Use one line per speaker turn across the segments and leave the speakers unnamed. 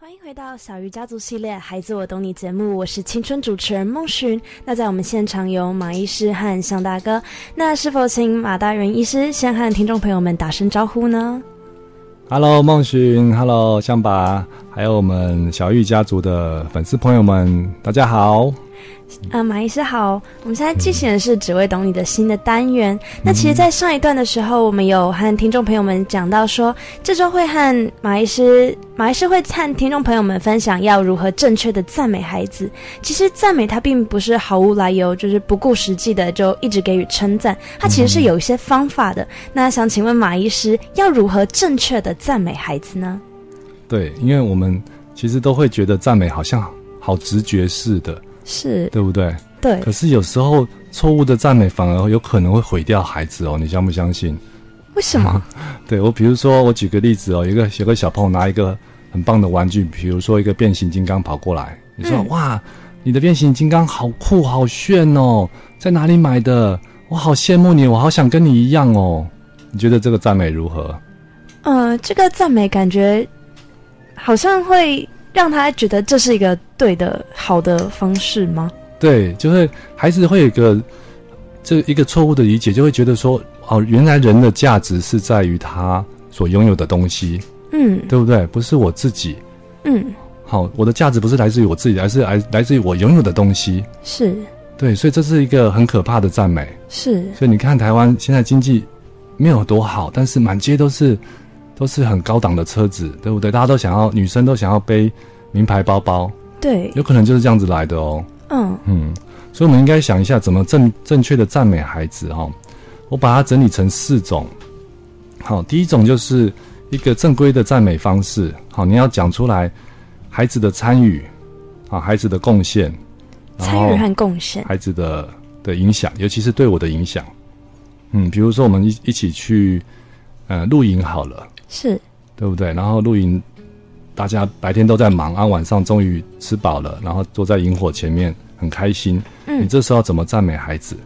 欢迎回到小鱼家族系列《孩子我懂你》节目，我是青春主持人孟寻。那在我们现场有马医师和向大哥，那是否请马大元医师先和听众朋友们打声招呼呢？
Hello，孟寻，Hello，向拔，还有我们小玉家族的粉丝朋友们，大家好。
啊、马医师好，我们现在进行的是只为懂你的新的单元。那其实，在上一段的时候，我们有和听众朋友们讲到说，这周会和马医师，马医师会和听众朋友们分享要如何正确的赞美孩子。其实，赞美它并不是毫无来由，就是不顾实际的就一直给予称赞，它其实是有一些方法的。那想请问马医师，要如何正确的赞美孩子呢？
对，因为我们其实都会觉得赞美好像好直觉似的，
是
对不对？
对，
可是有时候错误的赞美反而有可能会毁掉孩子哦，你相不相信？
为什么？
对我，比如说我举个例子哦，有一个有个小朋友拿一个很棒的玩具，比如说一个变形金刚跑过来，你说、
嗯
哇，你的变形金刚好酷好炫哦，在哪里买的？我好羡慕你，我好想跟你一样哦。你觉得这个赞美如何？
嗯，这个赞美感觉好像会让他觉得这是一个对的、好的方式吗？
对，就会孩子会有一个这一个错误的理解，就会觉得说哦，原来人的价值是在于他所拥有的东西，
嗯
对不对？不是我自己。
嗯，
好，我的价值不是来自于我自己，而是来来自于我拥有的东西。
是
对，所以这是一个很可怕的赞美。
是，
所以你看，台湾现在经济没有多好，但是满街都是都是很高档的车子，对不对？大家都想要，女生都想要背名牌包包，
对，
有可能就是这样子来的哦。
嗯
嗯，所以我们应该想一下，怎么正正确的赞美孩子哈、哦。我把它整理成四种。好，第一种就是一个正规的赞美方式。好，你要讲出来孩子的参与，啊，孩子的贡献，然
参
后
与和贡献，
孩子的的影响，尤其是对我的影响。嗯，比如说我们一一起去呃露营好了，
是
对不对？然后露营，大家白天都在忙啊，晚上终于吃饱了，然后坐在萤火前面很开心。
嗯
你这时候怎么赞美孩子？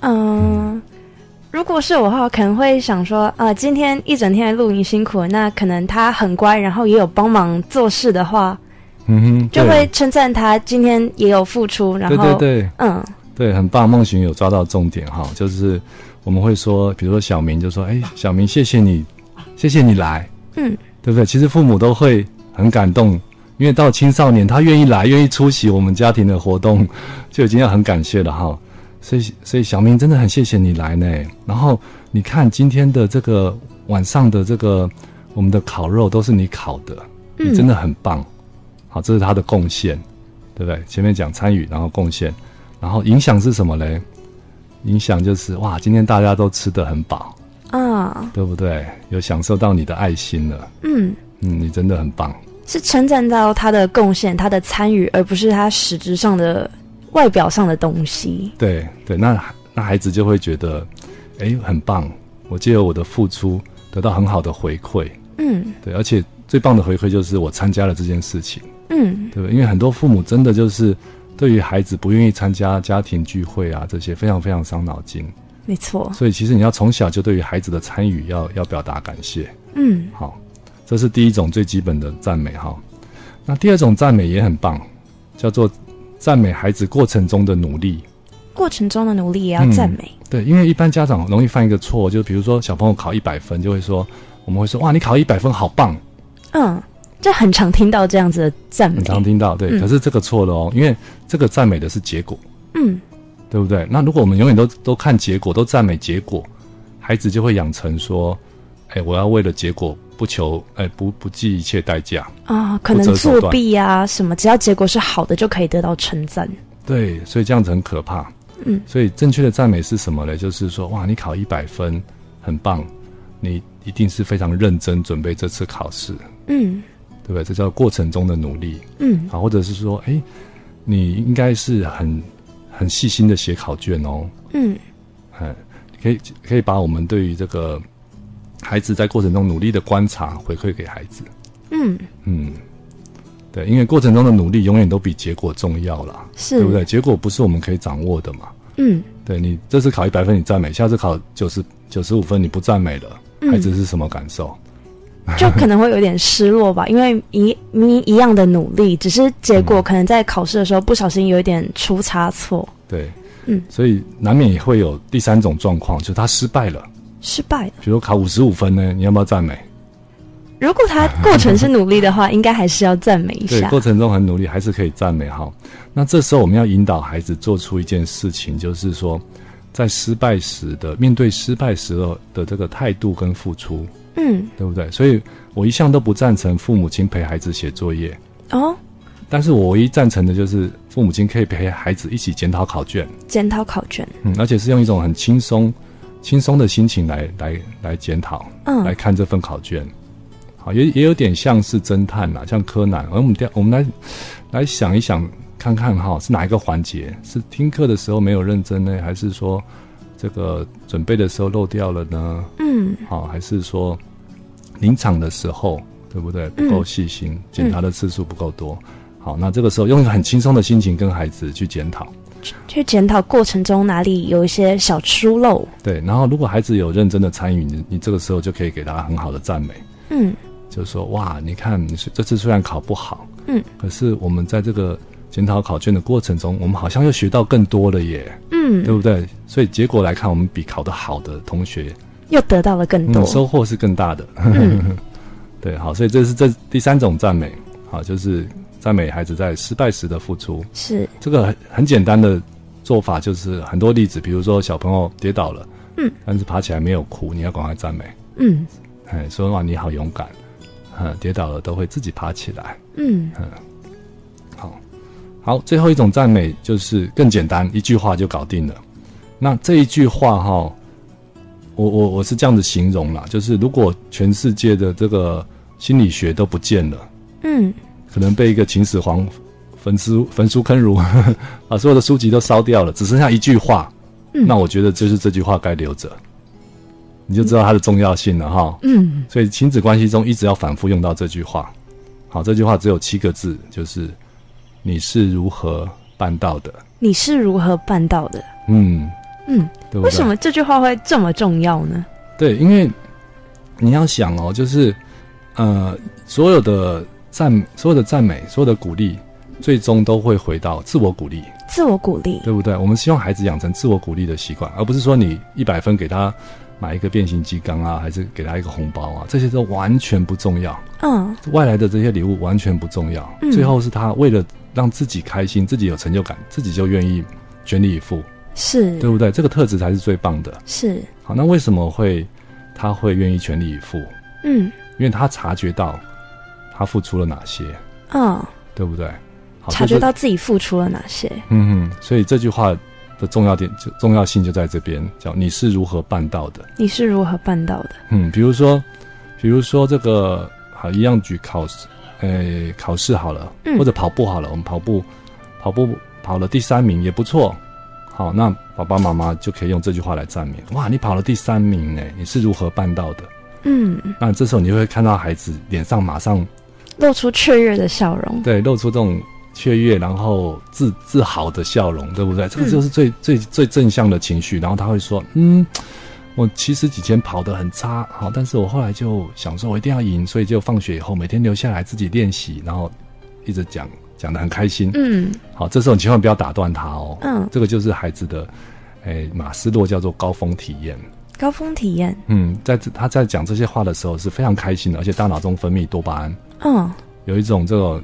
嗯。如果是我的话，可能会想说，啊、今天一整天的露营辛苦了，那可能他很乖，然后也有帮忙做事的话，
嗯哼，
就
对
会称赞他今天也有付出，然
对
后，
对对
嗯，
对，很棒，梦寻有抓到重点哈，就是我们会说，比如说小明就说，哎，小明，谢谢你，谢谢你来，
嗯，
对不对？其实父母都会很感动，因为到青少年他愿意来，愿意出席我们家庭的活动，就已经要很感谢了哈。所以，所以小明真的很谢谢你来呢。然后你看今天的这个晚上的这个我们的烤肉都是你烤的，你真的很棒。好，这是他的贡献，对不对？前面讲参与，然后贡献，然后影响是什么嘞？影响就是哇，今天大家都吃得很饱，
啊，
对不对？有享受到你的爱心了，
嗯，
嗯，你真的很棒。
是称赞到他的贡献、他的参与，而不是他实质上的、外表上的东西。
对对，那那孩子就会觉得，哎，很棒，我借由我的付出得到很好的回馈，
嗯
对，而且最棒的回馈就是我参加了这件事情，
嗯，
对不对？因为很多父母真的就是对于孩子不愿意参加家庭聚会啊这些非常非常伤脑筋，
没错。
所以其实你要从小就对于孩子的参与要要表达感谢，
嗯
好，这是第一种最基本的赞美哈。那第二种赞美也很棒，叫做赞美孩子过程中的努力。
过程中的努力也要赞
嗯
美。
对，因为一般家长容易犯一个错，就比如说小朋友考一百分，就会说，我们会说，哇，你考一百分好棒，
嗯这很常听到这样子的赞美
很。常听到。对，
嗯
可是这个错了哦，因为这个赞美的是结果，
嗯，
对不对？那如果我们永远都都看结果，都赞美结果，孩子就会养成说，哎，我要为了结果不求，哎，不不计一切代价。
啊、可能作弊啊什么，只要结果是好的就可以得到称赞。
对，所以这样子很可怕。
嗯，
所以正确的赞美是什么呢？就是说，哇，你考一百分，很棒，你一定是非常认真准备这次考试。
嗯
对不对？这叫过程中的努力
嗯
啊，或者是说，哎，你应该是很很细心的写考卷哦，
嗯
哎，可以可以把我们对于这个孩子在过程中努力的观察回馈给孩子，
嗯，
嗯，对，因为过程中的努力永远都比结果重要啦，
是，
对不对？结果不是我们可以掌握的嘛，
嗯
对你这次考一百分你赞美，下次考九十九十五分你不赞美了，
嗯
孩子是什么感受？
就可能会有点失落吧，因为一明明一样的努力，只是结
嗯
果可能在考试的时候不小心有一点出差错，
对，
嗯，
所以难免也会有第三种状况，就是他失败了。
失败了。
比如考五十五分呢，你要不要赞美？
如果他过程是努力的话，应该还是要赞美一
对，
下
过。程中很努力，还是可以赞美哈。那这时候我们要引导孩子做出一件事情，就是说，在失败时的面对失败时候的这个态度跟付出，
嗯，
对不对？所以我一向都不赞成父母亲陪孩子写作业，
哦，
但是我唯一赞成的就是父母亲可以陪孩子一起检讨考卷，
检讨考卷，
嗯，而且是用一种很轻松、轻松的心情来来来检讨。来
嗯，
看这份考卷。好，也也有点像是侦探啦，像柯南。而我们调，我们来来想一想，看看哈，是哪一个环节是听课的时候没有认真呢，还是说这个准备的时候漏掉了呢？
嗯，
好，还是说临场的时候，对不对？
嗯
不够细心，检查的次数不够多。好，那这个时候用一个很轻松的心情跟孩子去检讨。
去检讨过程中哪里有一些小疏漏。
对，然后如果孩子有认真的参与，你你这个时候就可以给他很好的赞美。
嗯，
就说哇，你看你是这次虽然考不好，
嗯，
可是我们在这个检讨考卷的过程中，我们好像又学到更多了耶，对
嗯，
不对？所以结果来看，我们比考得好的同学，
又得到了更多
嗯，。收获是更大的。
嗯
对，好，所以这是这第三种赞美，好，就是赞美孩子在失败时的付出。
是，
这个很很简单的做法就是很多例子，比如说小朋友跌倒了，
嗯，
但是爬起来没有哭，你要赶快赞美，
嗯
哎，说哇你好勇敢，嗯，跌倒了都会自己爬起来。
嗯，
好，好，最后一种赞美就是更简单，一句话就搞定了。那这一句话哈、我我我是这样子形容啦，就是如果全世界的这个心理学都不见了，
嗯，
可能被一个秦始皇焚书焚书坑儒， 把所有的书籍都烧掉了，只剩下一句话，
嗯
那我觉得就是这句话该留着，你就知道它的重要性了哈、
嗯，
所以亲子关系中一直要反复用到这句话。好，这句话只有七个字，就是“你是如何办到的
你是如何办到的？”。
嗯，
嗯，
对不对？
为什？么这句话会这么重要呢？
对，因为你要想哦，就是呃，所有的赞、所有的赞美、所有的鼓励，最终都会回到自我鼓励，
自我鼓励。
对不对？我们希望孩子养成自我鼓励的习惯，而不是说你一百分给他买一个变形金刚啊，还是给他一个红包啊，这些都完全不重要。
嗯
外来的这些礼物完全不重要，
嗯
最后是他为了让自己开心、自己有成就感，自己就愿意全力以赴，，
是
对不对？这个特质才是最棒的。
是，
好，那为什么会他会愿意全力以赴？
嗯
因为他察觉到他付出了哪些，
嗯，
对不对？好
察觉，
这
到自己付出了哪些？
就嗯嗯，所以这句话的重要点、就重要性就在这边，叫你是如何办到的。
你是如何办到的？
嗯，比如说，比如说这个好一样举考试，呃，考试好了，
嗯
或者跑步好了，我们跑步跑步跑了第三名也不错。好，那爸爸妈妈就可以用这句话来赞美：哇，你跑了第三名哎，你是如何办到的？
嗯，
那这时候你就会看到孩子脸上马上
露出雀跃的笑容。
对露出这种雀跃，然后自自豪的笑容，对不对？这个
嗯
就是最、最最正向的情绪。然后他会说：“嗯，我其实以前跑得很差，好，但是我后来就想说，我一定要赢，所以就放学以后每天留下来自己练习，然后一直讲讲得很开心。
嗯
好，这时候你千万不要打断他哦。
嗯，
这个就是孩子的，诶，马斯洛叫做高峰体验。
高峰体验。
嗯，在这他在讲这些话的时候是非常开心的，而且大脑中分泌多巴胺。
嗯
有一种这种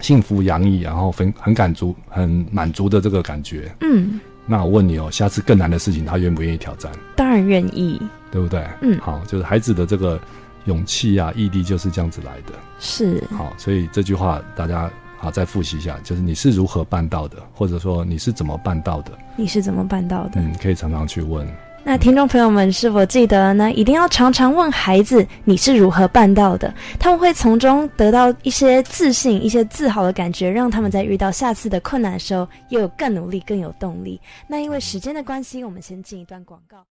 幸福洋溢，然后很很感足、很满足的这个感觉。
嗯，
那我问你哦，下次更难的事情，他愿不愿意挑战？
当然愿意。
对不对？
嗯
好，就是孩子的这个勇气啊、毅力就是这样子来的。
是，
好，所以这句话大家好再复习一下，就是你是如何办到的，或者说你是怎么办到的？
你是怎么办到的？
嗯，可以常常去问。
那听众朋友们是否记得呢？一定要常常问孩子你是如何办到的，他们会从中得到一些自信、一些自豪的感觉，让他们在遇到下次的困难的时候，又有更努力、更有动力。那因为时间的关系，我们先进一段广告。